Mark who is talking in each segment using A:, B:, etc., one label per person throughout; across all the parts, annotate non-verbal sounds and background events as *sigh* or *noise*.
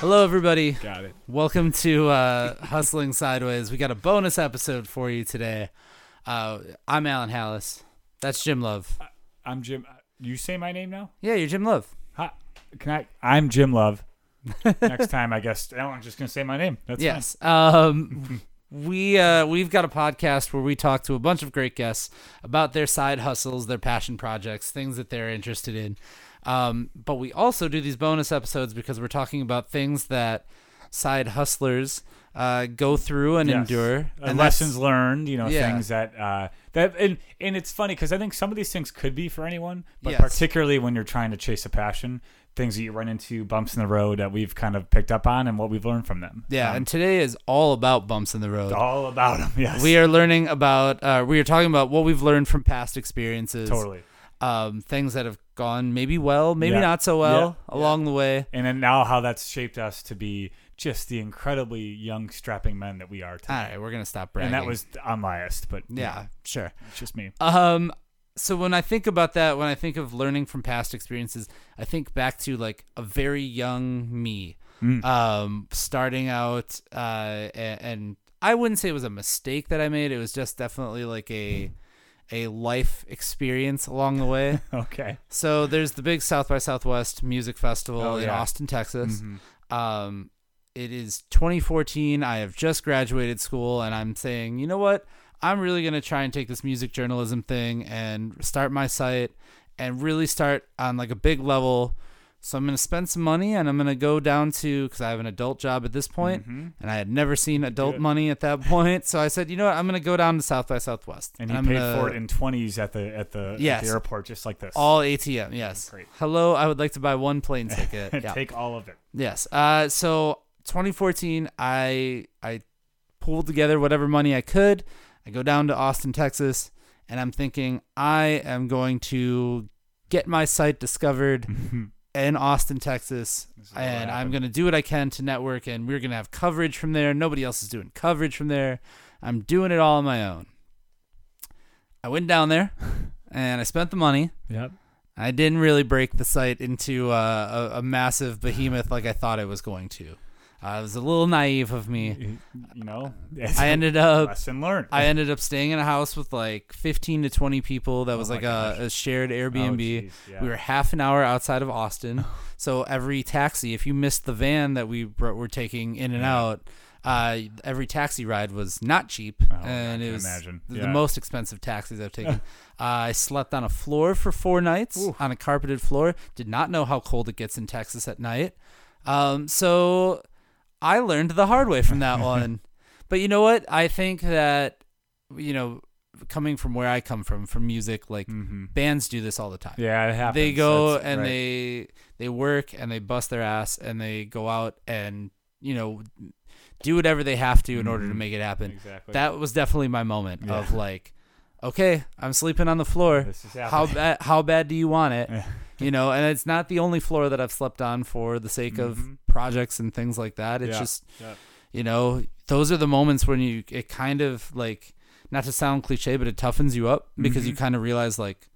A: Hello, everybody.
B: Got it.
A: Welcome to uh, Hustling Sideways. We got a bonus episode for you today. Uh, I'm Alan Hallis. That's Jim Love.
B: I'm Jim. uh, You say my name now?
A: Yeah, you're Jim Love.
B: Hi. Can I? I'm
A: *laughs*
B: Jim Love. Next time, I guess Alan's just gonna say my name. That's fine.
A: Yes. Um, we uh, we've got a podcast where we talk to a bunch of great guests about their side hustles, their passion projects, things that they're interested in. Um, but we also do these bonus episodes because we're talking about things that side hustlers uh, go through and
B: Yes.
A: endure.
B: Uh,
A: And
B: lessons learned. You know,
A: Yeah.
B: things that uh, that and and it's funny because I think some of these things could be for anyone, but
A: Yes.
B: particularly when you're trying to chase a passion, things that you run into, bumps in the road that we've kind of picked up on and what we've learned from them.
A: Yeah, and today is all about bumps in the road.
B: Um, All about them. *laughs* Yes.
A: We are learning about, uh, we are talking about what we've learned from past experiences.
B: totally.
A: Um, things that have gone maybe well, maybe
B: Yeah.
A: not so well along the way.
B: And then now how that's shaped us to be just the incredibly young, strapping men that we are today.
A: All right, we're going to stop bragging.
B: and that was I'm biased, but you
A: yeah,
B: know,
A: sure.
B: it's just me.
A: Um, so when I think about that, when I think of learning from past experiences, I think back to like a very young me,
B: Mm.
A: um, starting out, uh, a- and, I wouldn't say it was a mistake that I made. It was just definitely like a a life experience along the way.
B: Okay.
A: So there's the big South by Southwest Music Festival
B: Oh,
A: in
B: yeah. Mm-hmm.
A: Austin, Texas. Um, it is 2014. I have just graduated school, and I'm saying, you know what? I'm really going to try and take this music journalism thing and start my site and really start on like a big level. So I'm going to spend some money and I'm going to go down to because I have an adult job at this point,
B: Mm-hmm.
A: and I had never seen adult money at that *laughs* point. So I said, you know what? I'm going to go down to South by Southwest.
B: And you
A: I'm
B: paid
A: gonna-
B: for it in twenties at the at the, at the
A: Yes.
B: airport, just like this. *laughs*
A: all ATM, yes.
B: Great.
A: Hello, I would like to buy one
B: *laughs*
A: plane ticket. yeah.
B: Take all of it.
A: Yes. Uh, so 2014, I I pulled together whatever money I could. I go down to Austin, Texas, and I'm thinking I am going to get my site
B: *laughs*
A: discovered in Austin, Texas,
B: is what
A: and I'm
B: happened.
A: going to do what I can to network, and we're going to have coverage from there. Nobody else is doing coverage from there. I'm doing it all on my own. I went down there, and I spent the money.
B: Yep.
A: I didn't really break the site into uh, a, a massive behemoth like I thought it was going to. Uh, it was a little naive of me.
B: You know. *laughs*
A: I ended up
B: lesson learned.
A: I ended up staying in a house with like 15 to 20 people. That was
B: my
A: like a, a shared Airbnb.
B: Oh, jeez, yeah.
A: We were half an hour outside of
B: *laughs*
A: Austin, so every taxi, if you missed the van that we br- were taking in and out. Uh, every taxi ride was not cheap,
B: Oh, I
A: and it
B: can
A: was
B: imagine.
A: the
B: Yeah.
A: most expensive taxis I've
B: *laughs*
A: taken. uh, I slept on a floor for four nights on a carpeted floor. Did not know how cold it gets in Texas at night. Um, so I learned the hard way
B: *laughs*
A: from that one. But you know what? I think that you know, coming from where I come from, from music,
B: Mm.
A: like *laughs* bands do this all the time.
B: Mm-hmm. yeah, it happens.
A: They go
B: That's
A: and
B: right.
A: they they work and they bust their ass and they go out and you know do whatever they have to in order to make it happen.
B: Exactly.
A: That was definitely my moment
B: Mm-hmm. Yeah.
A: of like, okay, I'm sleeping on the floor.
B: This is
A: How
B: happening.
A: bad? How bad do you want it? you know, and it's not the only floor that I've slept on for the sake of projects and things like that. It's
B: Mm-hmm. Yeah.
A: just
B: Yeah.
A: you know those are the moments when you it kind of like not to sound cliche but it toughens you up because
B: Mm-hmm.
A: you kind of realize like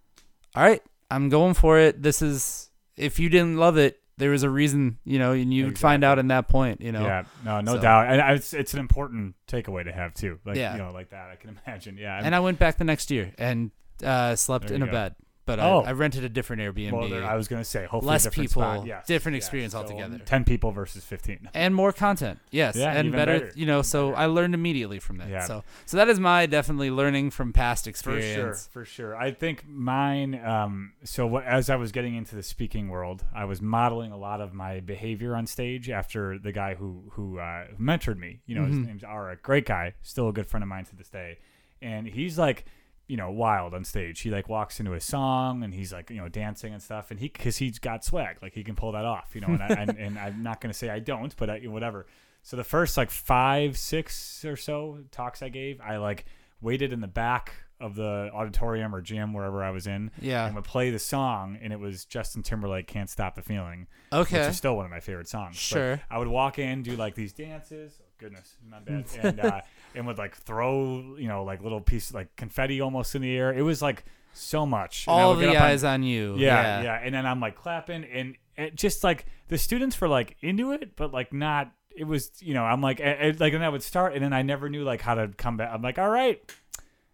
A: all right i'm going for it this is if you didn't love it there was a reason you know and you'd find out in that point you know
B: Yeah, no, no
A: So-
B: doubt, and I, it's it's an important takeaway to have too. Like
A: Yeah.
B: you know, like that. I can *laughs* imagine. Yeah, I'm-
A: and i went back the next year and uh, slept
B: There
A: in
B: you
A: a
B: go.
A: bed but
B: Oh.
A: I, I rented a different airbnb
B: well, there, I was gonna say hopefully
A: Less
B: a different
A: people,
B: spot. Yes,
A: different
B: yes.
A: experience
B: So,
A: altogether.
B: Ten people versus fifteen.
A: and more content yes
B: Yeah,
A: and
B: even
A: better,
B: better.
A: you know so i learned immediately from that
B: Yeah.
A: so so that is my definitely learning from past
B: for
A: experience
B: sure for sure i think mine um so what, as i was getting into the speaking world i was modeling a lot of my behavior on stage after the guy who who uh, mentored me you know his name's ara great guy still a good friend of mine to this day and he's like you know wild on stage he like walks into a song and he's like you know dancing and stuff and he because he's got swag like he can pull that off you know and, I, and, and i'm not going to say i don't but I, whatever so the first like five six or so talks i gave i like waited in the back of the auditorium or gym wherever I was in.
A: Yeah.
B: And would play the song and it was Justin Timberlake Can't Stop the Feeling.
A: Okay.
B: Which is still one of my favorite songs. But
A: Sure.
B: I would walk in, do like these dances. Oh, goodness, my
A: *laughs*
B: bad. And uh, and would like throw, you know, like little piece like confetti almost in the air. It was like so much. And I
A: All
B: would get
A: the
B: up on-
A: eyes on you.
B: yeah, yeah, And then I'm like clapping, and it just like the students were like into it, but like not. It was you know I'm like I, I- like and I would start, and then I never knew like how to come back. I'm like, all right,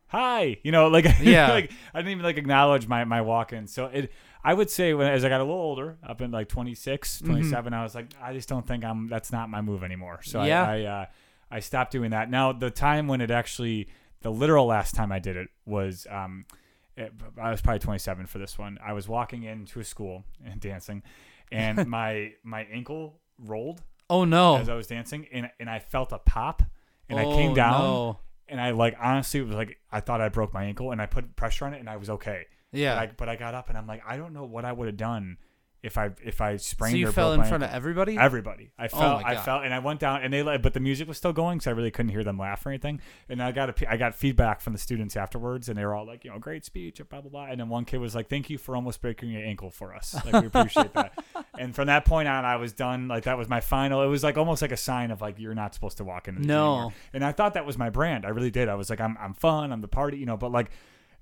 B: hi, you know, like *laughs*
A: Yeah.
B: like I didn't even like acknowledge my my walk in. So it. I would say when as I got a little older, up in like
A: Mm-hmm.
B: 26, 27, I was like, I just don't think I'm. That's not my move anymore. So
A: Yeah.
B: I, I uh, I stopped doing that. Now the time when it actually the literal last time I did it was um it, I was probably 27 for this one. I was walking into a school and *laughs* dancing
A: *laughs*
B: and my my ankle rolled
A: Oh no.
B: as I was dancing and and I felt a pop and I
A: Oh,
B: came down
A: no.
B: and I like honestly it was like I thought I broke my ankle and I put pressure on it and I was okay.
A: Yeah.
B: But I, but I got up and I'm like I don't know what I would have done if I if I sprained
A: so you
B: or
A: fell
B: broke
A: in
B: my
A: front
B: ankle.
A: of everybody? Oh
B: Everybody. I felt.
A: my
B: I
A: God.
B: felt, and I went down, and they. let- But the music was still going, so I really couldn't hear them laugh or anything. And I got a, I got feedback from the students afterwards, and they were all like, you know, great speech, blah blah blah. And then one kid was like, "Thank you for almost breaking your ankle for us. Like we
A: *laughs*
B: appreciate that." And from that point on, I was done. Like that was my final. It was like almost like a sign of like you're not supposed to walk into the gym
A: No.
B: anymore. And I thought that was my brand. I really did. I was like, I'm I'm fun. I'm the party, you know. But like.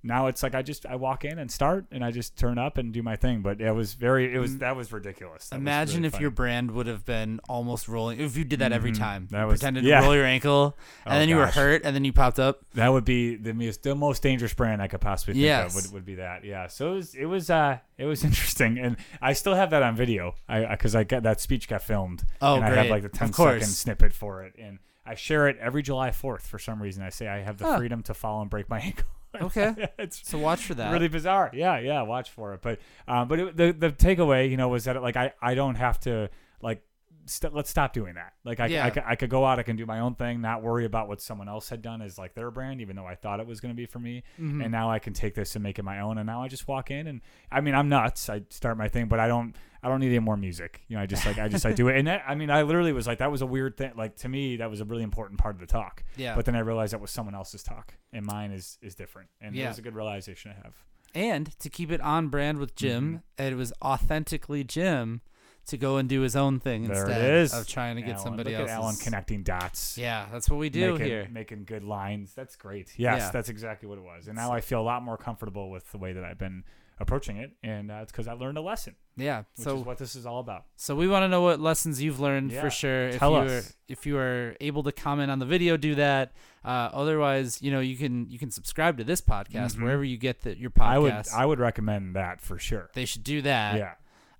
B: Now it's like I just I walk in and start and I just turn up and do my thing, but it was very it was that was ridiculous. That was really
A: Mm. Imagine if
B: funny. Mm-hmm.
A: your brand would have been almost rolling. If you did that every time,
B: That
A: you
B: was-
A: pretended
B: yeah.
A: to roll your ankle, and
B: *laughs* Oh,
A: then you were
B: gosh.
A: hurt, and then you popped up.
B: That would be the most, the most dangerous brand I could possibly think
A: Yes.
B: of. Would, would be that. Yeah. So it was it was uh it was *laughs* interesting, and I still have that on video. I because I, got that speech got filmed.
A: Oh,
B: and I have
A: great.
B: like the
A: Of
B: 10 second
A: course.
B: snippet for it, and I share it every July Fourth for some reason. I say I have the
A: Huh. Oh.
B: freedom to fall and break my *laughs* ankle. *laughs*
A: Okay.
B: it's
A: So watch for that.
B: really bizarre. Yeah, yeah. Watch for it. But um, but it, the the takeaway, you know, was that like I I don't have to like. St- let's stop doing that. Like I,
A: Yeah.
B: I, ca- I could go out, I can do my own thing, not worry about what someone else had done as like their brand, even though I thought it was going to be for me.
A: Mm-hmm.
B: And now I can take this and make it my own. And now I just walk in and I mean, I'm nuts. I start my thing, but I don't, I don't need any more music. You know, I just like, I just, I do it. And that, I mean, I literally was like, that was a weird thing. Like to me, that was a really important part of the talk.
A: Yeah.
B: But then I realized that was someone else's talk and mine is, is different. And it
A: Yeah.
B: was a good realization I have.
A: and to keep it on brand with Jim,
B: Mm-hmm.
A: it was authentically Jim to go and do his own thing
B: There
A: instead
B: it is.
A: of trying to get
B: Alan.
A: somebody
B: Look
A: else.
B: at Alan connecting dots.
A: Yeah, that's what we do
B: making,
A: here.
B: making good lines. That's great. Yes,
A: Yeah.
B: that's exactly what it was. And now I feel a lot more comfortable with the way that I've been approaching it, and uh, it's because I learned a lesson,
A: yeah.
B: which
A: So
B: is what this is all about.
A: So we want to know what lessons you've learned
B: Yeah,
A: for sure. If
B: tell
A: you
B: us.
A: Are, if you are able to comment on the video, do that. Uh, otherwise, you know you can you can subscribe to this podcast
B: Mhm.
A: wherever you get the, your
B: I would
A: podcast.
B: I would recommend that for sure.
A: they should do that.
B: yeah,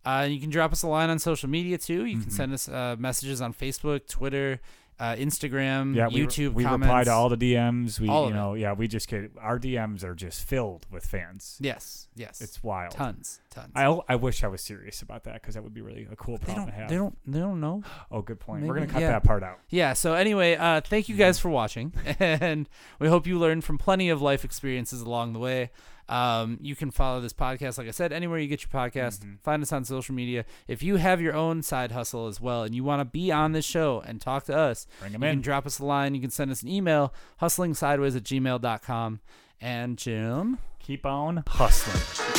A: Uh, you can drop us a line on social media too. You
B: Mhm.
A: can send us uh, messages on Facebook, Twitter, uh, Instagram,
B: yeah. we re-
A: YouTube.
B: We,
A: comments.
B: reply to all the DMs. We
A: All
B: you
A: of
B: know yeah. We just get our DMs are just filled with fans.
A: Yes, yes,
B: It's wild.
A: tons, tons.
B: I, I wish I was serious about that because that would be really a cool
A: they
B: problem
A: don't.
B: to have.
A: They don't. They don't know.
B: oh, good point. We're
A: maybe-
B: gonna cut
A: yeah.
B: that part out.
A: Yeah. So anyway, uh, thank you
B: Mm.
A: guys for watching, *laughs* and we hope you learned from plenty of life experiences along the way. Um, you can follow this podcast, like I said, anywhere you get your podcast.
B: Mm-hmm.
A: Find us on social media. If you have your own side hustle as well, and you want to be on this show and talk to us,
B: Bring
A: you
B: 'em in.
A: can drop us a line. You can send us an email, hustlingsideways at gmail.com. And Jim.
B: Keep on hustling.